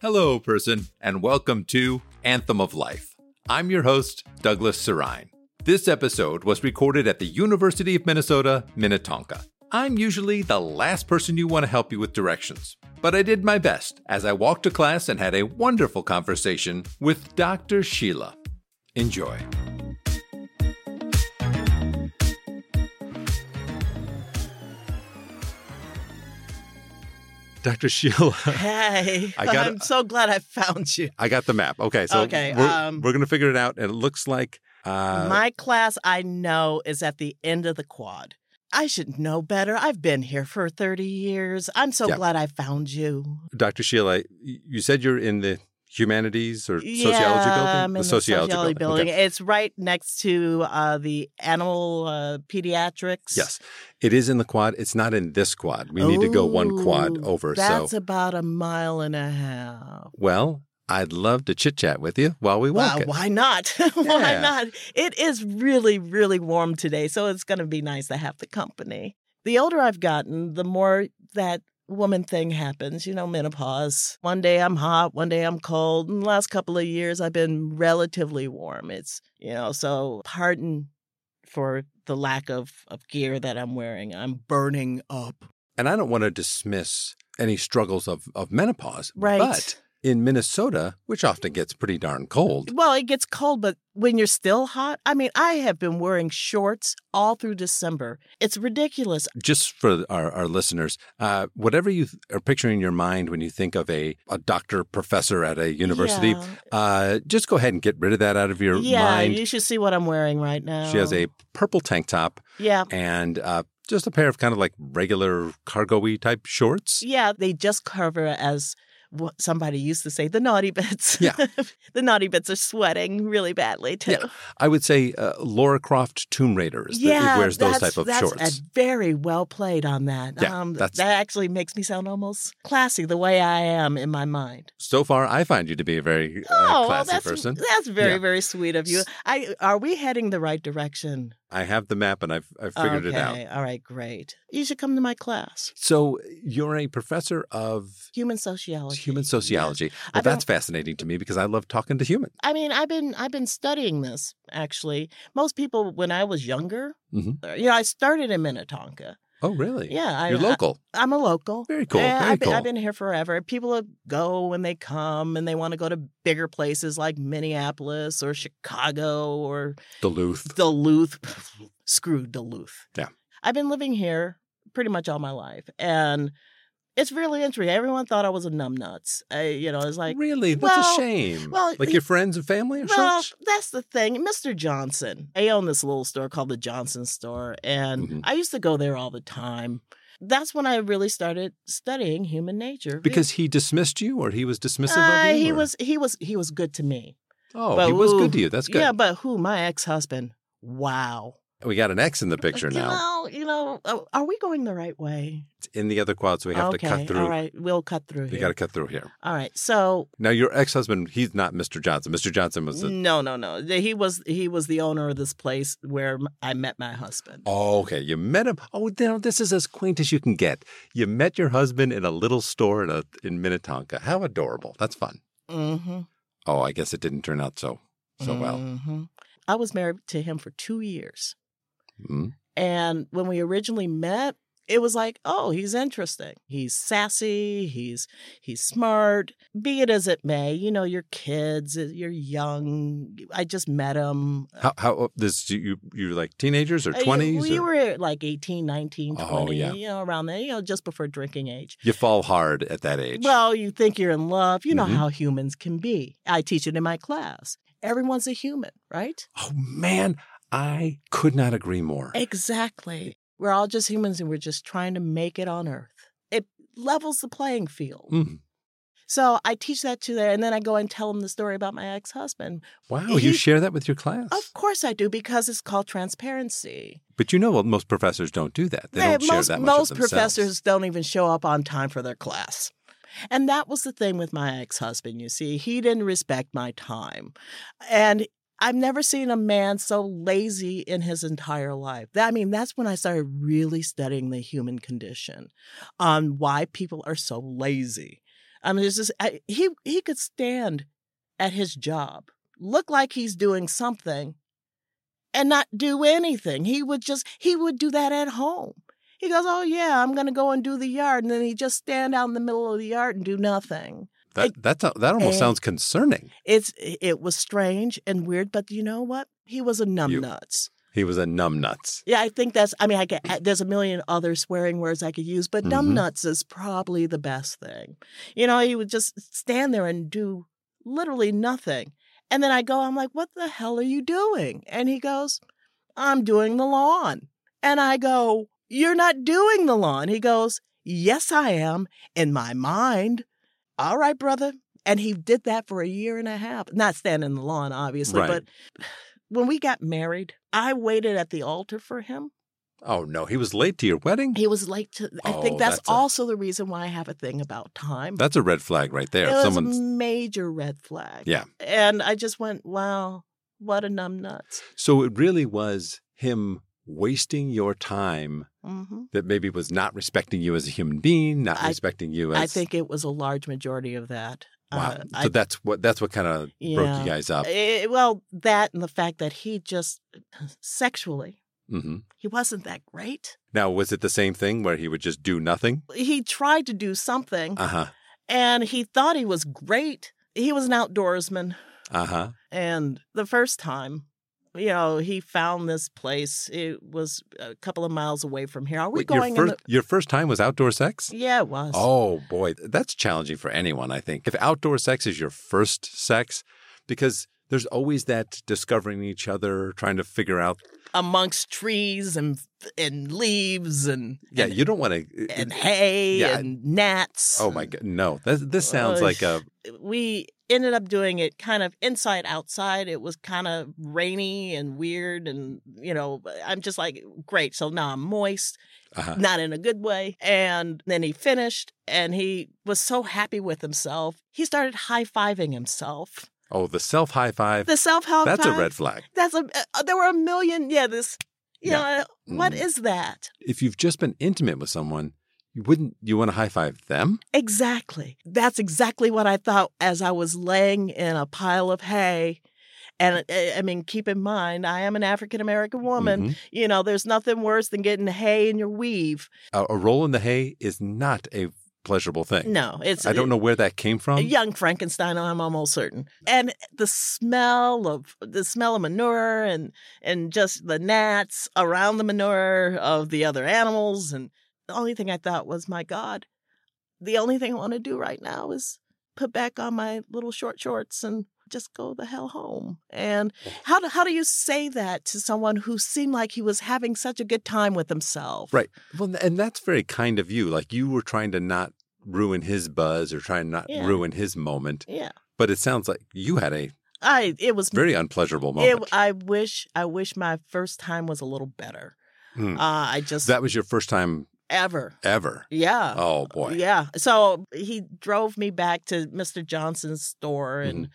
Hello, person, and welcome to Anthem of Life. I'm your host, Douglas Serine. This episode was recorded at the University of Minnesota, Minnetonka. I'm usually the last person you want to help you with directions, but I did my best as I walked to class and had a wonderful conversation with Dr. Sheila. Enjoy. Dr. Sheila. Hey, I got- I'm so glad I found you. I got the map. Okay, so Okay, we're, um, we're gonna figure it out. And it looks like uh, My class, I know, is at the end of the quad. I should know better. I've been here for 30 years. I'm so Yeah. glad I found you. Dr. Sheila. y- You said you're in the humanities or sociology yeah, building. I'm in the sociology, building. Okay. It's right next to uh, the animal uh, pediatrics. Yes, it is in the quad. It's not in this quad. We need to go one quad Ooh, over. That's so about a mile and a half. well, I'd love to chit chat with you while we walk Wow, it. why not? why Yeah. not? It is really, really warm today, so it's going to be nice to have the company. The older I've gotten, the more that woman thing happens, you know, menopause. One day I'm hot, one day I'm cold. In the last couple of years, I've been relatively warm. It's, you know, so pardon for the lack of, of gear that I'm wearing. I'm burning up. And I don't want to dismiss any struggles of of menopause, Right. But in Minnesota, which often gets pretty darn cold, Well, it gets cold, but when you're still hot, I mean, I have been wearing shorts all through December. It's ridiculous. just for our, our listeners, uh, whatever you th- are picturing in your mind when you think of a, a doctor professor at a university, Yeah. uh, just go ahead and get rid of that out of your yeah, mind. you should see what I'm wearing right now. She has a purple tank top yeah. and uh, just a pair of kind of like regular cargo y type shorts. Yeah, they just cover as what somebody used to say the naughty bits. Yeah. the naughty bits are sweating really badly too. Yeah, I would say uh, Laura Croft Tomb Raider is the, Yeah, wears those that's- type of that's shorts. a very well played on that. Yeah, um, that's- that actually makes me sound almost classy the way I am in my mind. So far, I find you to be a very uh, oh, well, classy that's person. that's very Yeah. very sweet of you. I are we heading the right direction? I have the map and I've, I've figured okay, it out. all right, great. You should come to my class, So you're a professor of human sociology. human sociology. Well, I've been- that's fascinating to me because I love talking to humans. I mean, I've been I've been studying this actually. Most people, when I was younger, Mhm. uh, you know, I started in Minnetonka. Oh, really? Yeah, I, You're local. I, am a local. Very cool, Yeah, very I've, been, cool. I've been here forever. People go and they come, and they want to go to bigger places like Minneapolis or Chicago or Duluth. Duluth. Screw Duluth. Yeah. I've been living here pretty much all my life, and it's really interesting. Everyone thought I was a numbnuts. I, you know, it's like really? That's well, a shame. well, like your friends and family or Well, such? that's the thing. Mr. Johnson, I own this little store called the Johnson Store, and Mhm. I used to go there all the time. That's when I really started studying human nature Because he dismissed you or he was dismissive Uh, of you? he or- was he was he was good to me. Oh, but he was good ooh, to you. That's good. Yeah, but who? My ex husband. Wow. We got an X in the picture you now. know, you know, uh, are we going the right way? It's in the other quad, so we have okay, to cut through. all right, we'll cut through We here. got to cut through here. all right, so Now, your ex husband, he's not Mr. Johnson. Mr. Johnson was the. no, no, no. He was he was the owner of this place where m- I met my husband. Oh, okay. You met him. Oh, now this is as quaint as you can get. You met your husband in a little store in, a, in Minnetonka. How adorable. That's fun. Mm-hmm. Oh, I guess it didn't turn out so so well. Mhm. I was married to him for two years. Mm. And when we originally met, it was like, oh, he's interesting. He's sassy. He's he's smart. Be it as it may, you know, your kids, uh, you're young. I just met him. How how this you you were like teenagers or Uh, you- twenties? We were like 18, 19, 20, Oh, yeah. you know, around there, you know, just before drinking age. You fall hard at that age. Well, you think you're in love. You know Mhm. how humans can be. I teach it in my class. Everyone's a human, right? oh man, I could not agree more. Exactly. We're all just humans and we're just trying to make it on Earth. It levels the playing field. Mm. So I teach that to there, and then I go and tell them the story about my ex husband. Wow, you He- share that with your class. Of course I do, because it's called transparency. But you know what? Most professors don't do that. They don't Yeah, share most that much most of themselves. professors don't even show up on time for their class. And that was the thing with my ex husband, you see. He didn't respect my time. And I've never seen a man so lazy in his entire life. That- I mean, that's when I started really studying the human condition on why people are so lazy. I mean, there's this, I, he he could stand at his job, look like he's doing something, and not do anything. He would just he would do that at home. He goes, "Oh yeah, I'm going to go and do the yard," and then he just stand out in the middle of the yard and do nothing. That that's a, that almost Hey. sounds concerning. It's it was strange and weird, but you know what? He was a numbnuts. He was a numbnuts. Yeah, I think that's. I mean, I can, there's a million other swearing words I could use, but Mhm. dumb nuts is probably the best thing. You know, he would just stand there and do literally nothing. And then I go, I'm like, what the hell are you doing? And he goes, I'm doing the lawn. And I go, you're not doing the lawn. He goes, yes, I am in my mind. All right, brother. And he did that for a year and a half. Not standing in the lawn, obviously, Right. but when we got married, I waited at the altar for him. Oh no, he was late to your wedding. He was late to. I Oh, think that's, that's a- also the reason why I have a thing about time. That's a red flag right there. it was Someone's a major red flag. Yeah. and I just went, "Wow, what a numbnuts!" so it really was him wasting your time hmm that maybe was not respecting you as a human being, not I- respecting you as I think it was a large majority of that. wow. Uh, so I- that's what that's what kind of broke Yeah. you guys up. eh, well, that and the fact that he just uh, sexually hmm he wasn't that great. Now was it the same thing where he would just do nothing? He tried to do something, Uh huh. and he thought he was great. He was an outdoorsman. Uh huh. And the first time, you know, he found this place. It was a couple of miles away from here. Are we Wait, going your in first your first time was outdoor sex? the Yeah, it was. Oh boy, that's challenging for anyone, I think. If outdoor sex is your first sex, because there's always that discovering each other, trying to figure out. Amongst trees and and leaves and Yeah, you don't want and to. hay Yeah. and gnats. Oh my god, no! This, this sounds Ugh. like a We ended up doing it kind of inside outside. It was kind of rainy and weird and you know, I'm just like, great, so now I'm moist. uh not in a good way. And then he finished and he was so happy with himself. He started high fiving himself. oh the self high five. The self help. That's a red flag. That's a. Uh, there were a million. Yeah, this. You Yeah. know what Mm. is that If you've just been intimate with someone, you wouldn't you want to high five them? exactly? That's exactly what I thought as I was laying in a pile of hay. And uh, I mean, keep in mind, I am an African American woman. Mhm. You know, there's nothing worse than getting hay in your weave. A, a roll in the hay is not a pleasurable thing. No, it's uh, I don't know where that came from. A young Frankenstein, I'm almost certain. And the smell of the smell of manure and and just the gnats around the manure of the other animals and the only thing I thought was, my God, the only thing I want to do right now is put back on my little short shorts and just go the hell home. And how do, how do you say that to someone who seemed like he was having such a good time with himself? Right. Well, and that's very kind of you. Like you were trying to not ruin his buzz or trying not Yeah. ruin his moment. Yeah. But it sounds like you had a I it was very unpleasurable It, moment. I wish I wish my first time was a little better. Hmm. Uh, I just that was your first time ever. ever. Yeah. Oh boy. Yeah. So he drove me back to Mr. Johnson's store Mm-hmm. and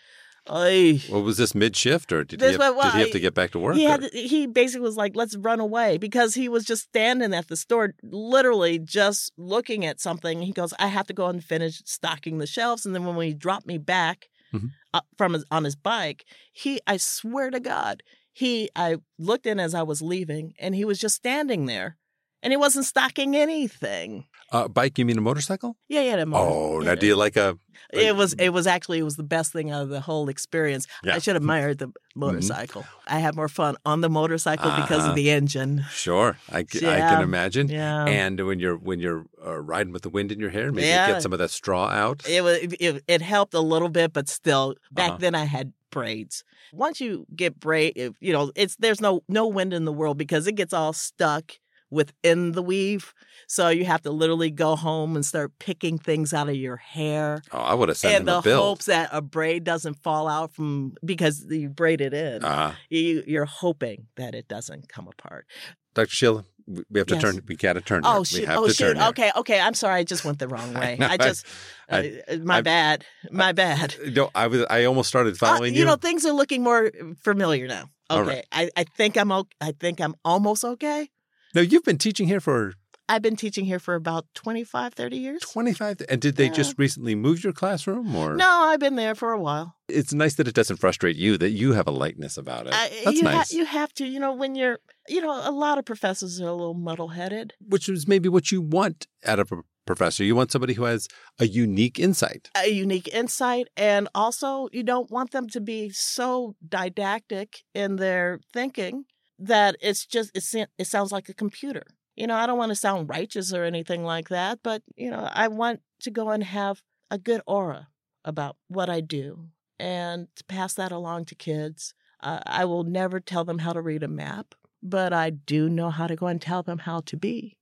Ay. Well, was this mid shift or did, This he have, was- well, did he have to I- get back to work? he or- had he basically was like, "Let's run away," because he was just standing at the store, literally just looking at something. He goes, "I have to go and finish stocking the shelves," and then when he dropped me back Mhm. uh, from his, on his bike, he, I swear to God, he, I looked in as I was leaving, and he was just standing there, and he wasn't stocking anything. uh, bike, you mean a motorcycle? Yeah, yeah. Oh, now do you like a It was it was actually it was the best thing out of the whole experience. Yeah. Mm-hmm. I should have admired the motorcycle. I had more fun on the motorcycle because Uh-huh. of the engine. Sure. I, c- I Yeah. can imagine. Yeah. And when you're when you're uh, riding with the wind in your hair, maybe Yeah. get some of that straw out. it was it, it helped a little bit, but still back Uh-huh. then I had braids. Once you get braid, if- you know, it's there's no no wind in the world because it gets all stuck within the weave. So you have to literally go home and start picking things out of your hair. Oh, I would have sent and him the a bill. hopes that a braid doesn't fall out from because you braid it in. Uh, you, you're hoping that it doesn't come apart. Dr. Sheila, we we have to Yes. turn. We got to turn. here. Oh we shoot! have Oh to shoot! Turn here. Okay, okay. I'm sorry. I just went the wrong way. know, I just I- uh, my I- bad. My bad. No, I was. I almost started Uh, following you. know, things are looking more familiar now. All Okay, right. I, I think I'm. o- I think I'm almost okay. no, you've been teaching here for I've been teaching here for about 25, 30 years. 25. And did they Yeah. just recently move your classroom or? No, I've been there for a while. It's nice that it doesn't frustrate you that you have a lightness about it. I- That's Uh, you, ha- nice. you have to, you know, when you're, you know, a lot of professors are a little muddle headed. Which is maybe what you want out of a professor. You want somebody who has a unique insight. a unique insight and also you don't want them to be so didactic in their thinking that it's just it, sa- it sounds like a computer you know i don't want to sound righteous or anything like that but you know i want to go and have a good aura about what i do and to pass that along to kids uh, i will never tell them how to read a map but i do know how to go and tell them how to be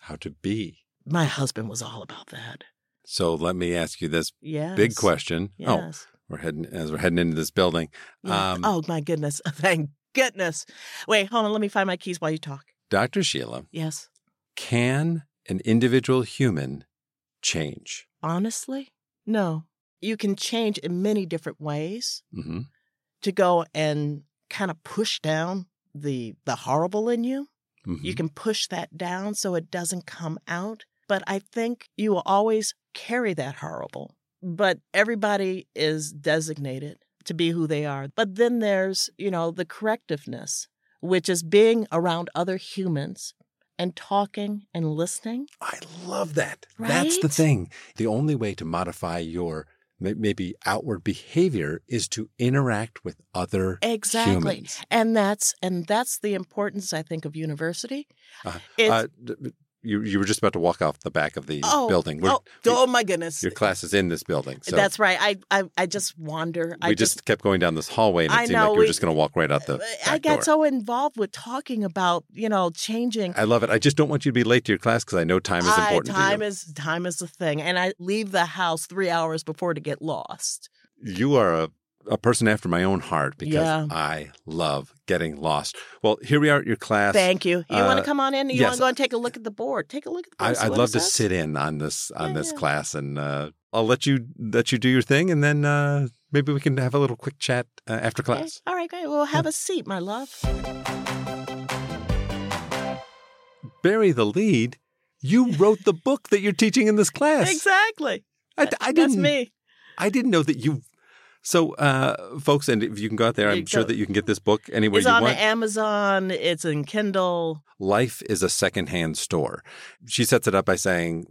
How to be. my husband was all about that So let me ask you this yeah big question. Oh, yes. we're heading as we're heading into this building. Yeah. Um, oh my goodness! Thank goodness. Wait, hold on. Let me find my keys while you talk. Dr. Sheila, Yes, can an individual human change? honestly, no. You can change in many different ways Mm-hmm. to go and kind of push down the the horrible in you. Mm-hmm. You can push that down so it doesn't come out. But I think you will always carry that horrible. But everybody is designated to be who they are. But then there's, you know, the correctiveness, which is being around other humans and talking and listening. I love that. That's the Right? thing. The only way to modify your may- maybe outward behavior is to interact with other Exactly. humans. And that's and that's the importance I think of university. Uh, It's- Uh, d- d- you, you were just about to walk off the back of the Oh, building. We're- oh, oh my goodness. your class is in this building. So that's right. I, I I just wander. we I just, kept going down this hallway and it I seemed know, like you were we- just going to walk right out the I back got door. so involved with talking about, you know, changing. I love it. I just don't want you to be late to your class because I know time is I- important to you. time is time is the thing, and I leave the house three hours before to get lost. you are a, a person after my own heart because Yeah. I love getting lost. Well, here we are at your class. Thank you. You want uh, to come on in? You yes. want to go and take a look at the board? Take a look at the board. I, see I'd what it love to says? sit in on this on Yeah, this yeah. class, and uh, I'll let you let you do your thing, and then uh, maybe we can have a little quick chat uh, after Okay. class. All right, great. Well, have a seat, my love. Bury the lead. You wrote the book that you're teaching in this class. Exactly. I, I That's didn't. me. I didn't know that you. So, uh, folks, and if you can go out there, You I'm sure go- that you can get this book anywhere It's you on want. Amazon. It's in Kindle. life is a secondhand store. She sets it up by saying,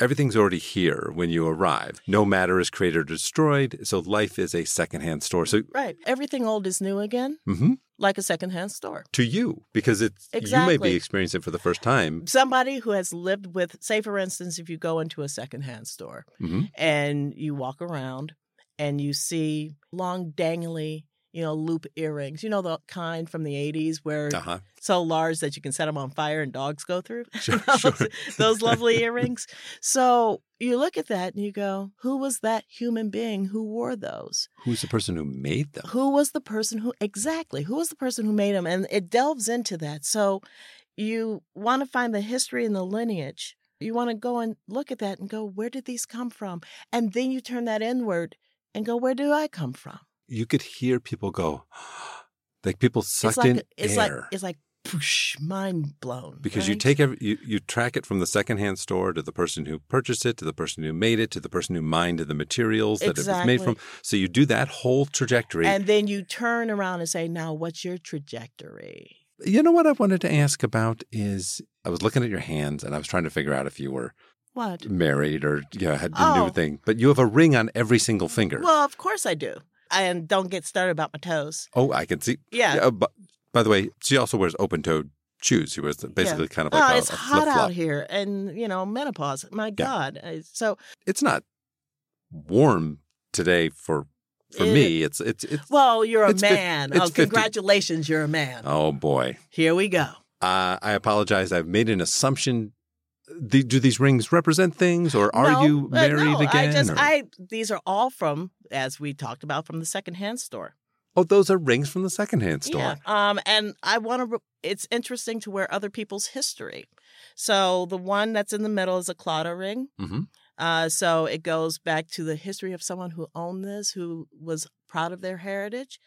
Everything's already here when you arrive. No matter is created or destroyed. So life is a secondhand store. So Right. Everything old is new again, mhm, like a secondhand store. to you, because it's you may Exactly. be experiencing it for the first time. Somebody who has lived with, say, for instance, if you go into a secondhand store Mhm. and you walk around and you see long dangly you know loop earrings you know the kind from the 80s where Uh-huh. so large that you can set them on fire and dogs go through Sure, those, sure. those lovely earrings so you look at that and you go who was that human being who wore those Who's the person who made them? who was the person who exactly who was the person who made them and it delves into that so you want to find the history and the lineage you want to go and look at that and go where did these come from and then you turn that inward and go where do i come from You could hear people go, like people sucked it's like in it's air. like it's like poosh, mind blown because you right? take every, you, you track it from the secondhand store to the person who purchased it to the person who made it to the person who mined the materials that it was made Exactly. from so you do that whole trajectory and then you turn around and say now what's your trajectory you know what i wanted to ask about is i was looking at your hands and i was trying to figure out if you were what married or you know, had a Oh. new thing but you have a ring on every single finger well of course i do and don't get started about my toes oh i can see yeah, Yeah, but, by the way she also wears open-toed shoes she wears basically kind of like oh, a, it's a hot flip-flop out here, and you know menopause. My God! I- So, it's not warm today for for It- me it's it's it's well, you're a It's fif- man. it's oh, 50. congratulations, you're a man. oh boy Here we go. Uh, I apologize. I've made an assumption. The, do these rings represent things, or are No, you uh, married no, again? I just, or- I these are all from, as we talked about, from the secondhand store. oh, those are rings from the secondhand store. Yeah. Um, and I want to. It's interesting to wear other people's history. So the one that's in the middle is a Claudia ring. Mhm. Uh, so it goes back to the history of someone who owned this, who was proud of their heritage.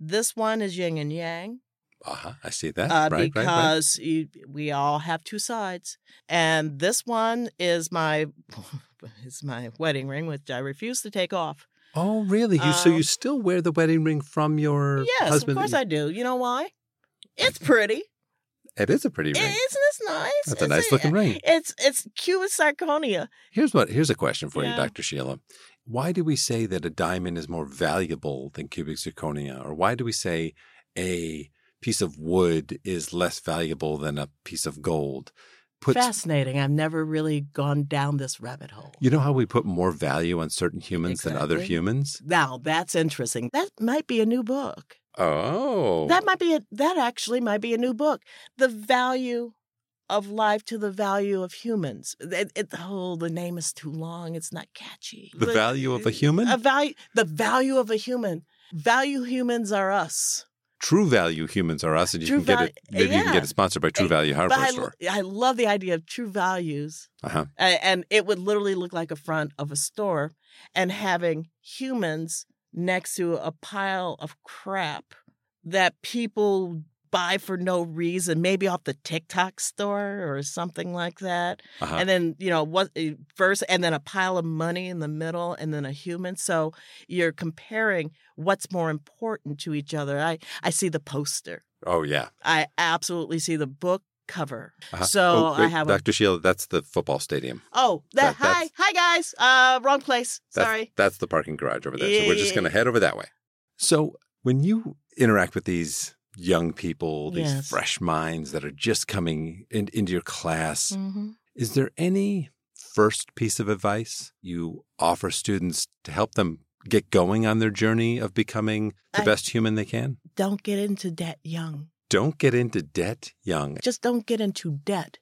This one is yin and yang. Uh-huh, I see that. uh, right, right, right. because You, we all have two sides. And this one is my is my wedding ring, which I refuse to take off. Oh, really? You so you um, still wear the wedding ring from your Yes, husband? of course I do. You know why? It's pretty. It is a pretty It, ring. isn't this nice? That's a It's nice looking ring. It's it's cute with zirconia. Here's what here's a question for you, Yeah. Dr. Sheila. Why do we say that a diamond is more valuable than cubic zirconia? Or why do we say a piece of wood is less valuable than a piece of gold? Puts Fascinating. I've never really gone down this rabbit hole. you know how we put more value on certain humans than other Exactly. humans? Now that's interesting. That might be a new book. Oh. That might be a, that actually might be a new book. The value of life to the value of humans. It, it- oh, the name is too long. It's not catchy. the But- value of a human? A value. The value of a human. Value humans are us. True value humans are us, and you True can get it. value- Maybe you can yeah. get it sponsored by True Eh, Value But Hardware I, Store. I love the idea of true values. Uh-huh. A- and it would literally look like a front of a store and having humans next to a pile of crap that people buy for no reason maybe off the tiktok store or something like that Uh-huh. and then you know what eh, first and then a pile of money in the middle and then a human so you're comparing what's more important to each other i i see the poster oh yeah. i absolutely see the book cover Uh-huh. so Oh, i wait, have a Dr. Sheila, that's the football stadium. Oh, That- that, hi, that's- hi guys. Uh, wrong place. That's, Sorry. Eh. That's the parking garage over there. so Yeah, we're yeah, just yeah, going to head over that way. So when you interact with these young people, these Yes. fresh minds that are just coming in, into your class, is there any first piece of advice you offer students to help them get going on their journey of becoming the I- best human they can? Don't get into debt young. Don't get into debt young. Just don't get into debt.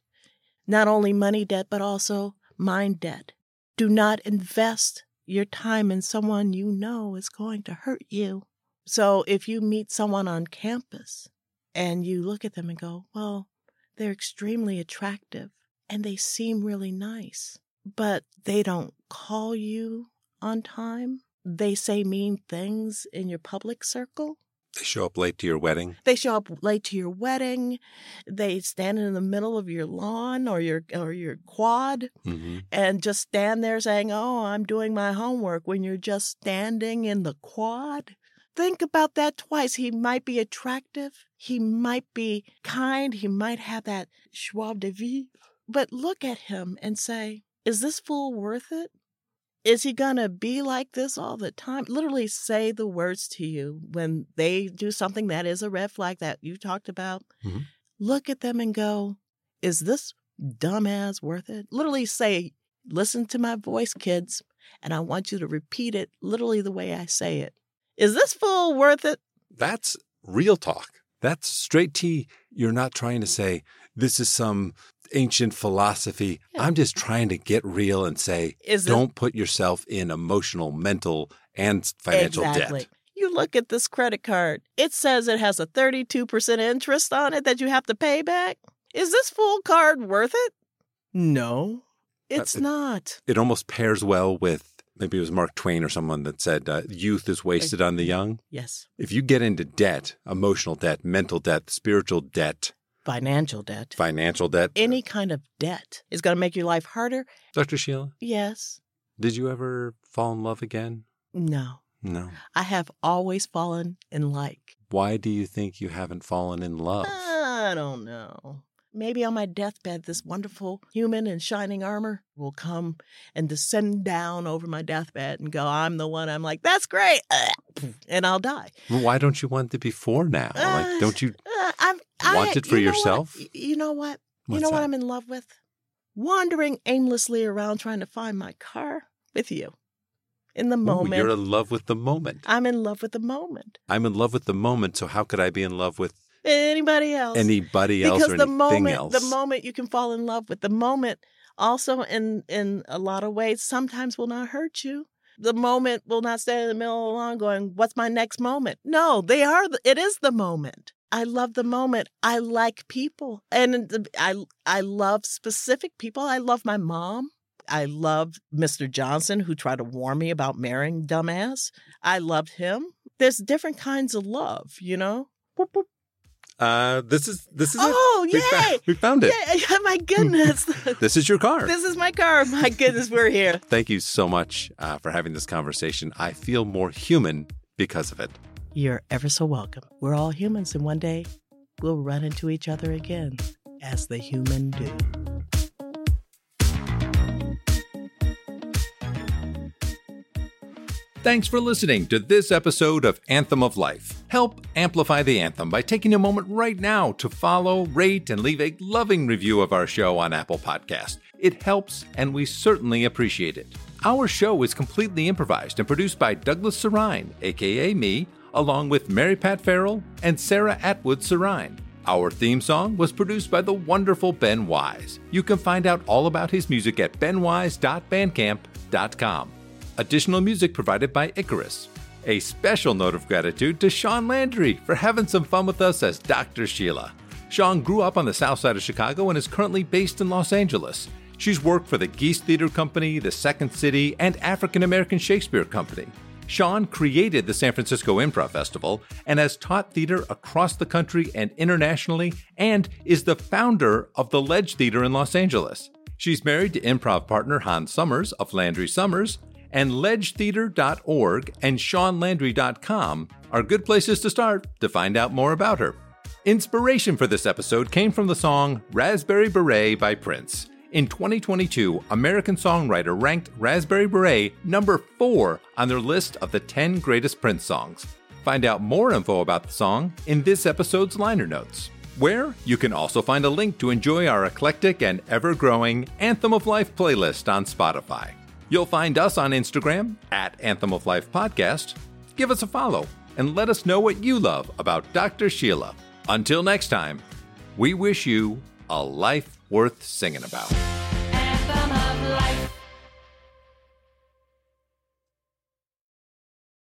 Not only money debt, but also mind debt. Do not invest your time in someone you know is going to hurt you. So if you meet someone on campus and you look at them and go, well, they're extremely attractive and they seem really nice, but they don't call you on time. They say mean things in your public circle. They show up late to your wedding. They show up late to your wedding. They stand in the middle of your lawn or your or your quad Mm-hmm. and just stand there saying, "Oh, I'm doing my homework," when you're just standing in the quad. Think about that twice. He might be attractive. He might be kind. He might have that schwab de vie. But look at him and say, "Is this fool worth it?" Is he going to be like this all the time? Literally say the words to you when they do something that is a red flag that you talked about. Mhm. Look at them and go, is this dumbass worth it? Literally say, listen to my voice, kids, and I want you to repeat it literally the way I say it. Is this fool worth it? That's real talk. That's straight tea. You're not trying to say this is some ancient philosophy. Yeah. I'm just trying to get real and say Is this don't put yourself in emotional, mental, and financial exactly. debt. You look at this credit card. It says it has a 32% interest on it that you have to pay back. Is this full card worth it? No, it's Uh, not. It almost pairs well with maybe it was Mark Twain or someone that said uh, youth is wasted on the young. Yes, If you get into debt, emotional debt, mental debt, spiritual debt, financial debt. financial debt. Any kind of debt is going to make your life harder. Dr. Sheila, Yes. did you ever fall in love again? No. No. I have always fallen in like. Why do you think you haven't fallen in love? I don't know. Maybe on my deathbed, this wonderful human in shining armor will come and descend down over my deathbed and go, I'm the one. I'm like, that's great. And I'll die. Well, Why don't you want it before now? like, Uh, don't you? Uh, I'm, I- Want it for you know what? yourself? Y- You know what? what's you know what that? I'm in love with? Wandering aimlessly around trying to find my car with you in the Ooh, moment. you're in love with the moment. I'm in love with the moment. I'm in love with the moment. So how could I be in love with Anybody else? anybody else because or the anything moment else? the moment you can fall in love with the moment also in in a lot of ways sometimes will not hurt you the moment will not stand in the middle of the lawn going what's my next moment no they are the, it is the moment i love the moment i like people and the- i i love specific people i love my mom I loved Mr. Johnson, who tried to warn me about marrying dumbass. I loved him. There's different kinds of love, you know? Boop, boop. Uh, this is this is Oh, it. We, fa- yay! we found it. Yeah, my goodness. This is your car. this is my car. My goodness, we're here. Thank you so much uh, for having this conversation. I feel more human because of it. You're ever so welcome. We're all humans, and one day we'll run into each other again as the human do. Thanks for listening to this episode of Anthem of Life. Help amplify the anthem by taking a moment right now to follow, rate, and leave a loving review of our show on Apple Podcast. It helps, and we certainly appreciate it. Our show is completely improvised and produced by Douglas Sarine, aka me, along with Mary Pat Farrell and Sarah Atwood Sarine. Our theme song was produced by the wonderful Ben Wise. You can find out all about his music at benwise.bandcamp.com. Additional music provided by Icarus. A special note of gratitude to Sean Landry for having some fun with us as Dr. Sheila. Sean grew up on the south side of Chicago and is currently based in Los Angeles. She's worked for the Geese Theater Company, the Second City, and African American Shakespeare Company. Sean created the San Francisco Improv Festival and has taught theater across the country and internationally, and is the founder of the Ledge Theater in Los Angeles. She's married to improv partner Hans Summers of Landry Summers, and ledgetheater.org and seanlandry.com are good places to start to find out more about her. Inspiration for this episode came from the song Raspberry Beret by Prince. In 2022, American Songwriter ranked Raspberry Beret number four on their list of the 10 greatest Prince songs. Find out more info about the song in this episode's liner notes, where you can also find a link to enjoy our eclectic and ever growing Anthem of Life playlist on Spotify. You'll find us on Instagram at Anthem of Life Podcast. Give us a follow and let us know what you love about Dr. Sheila. Until next time, we wish you a life worth singing about.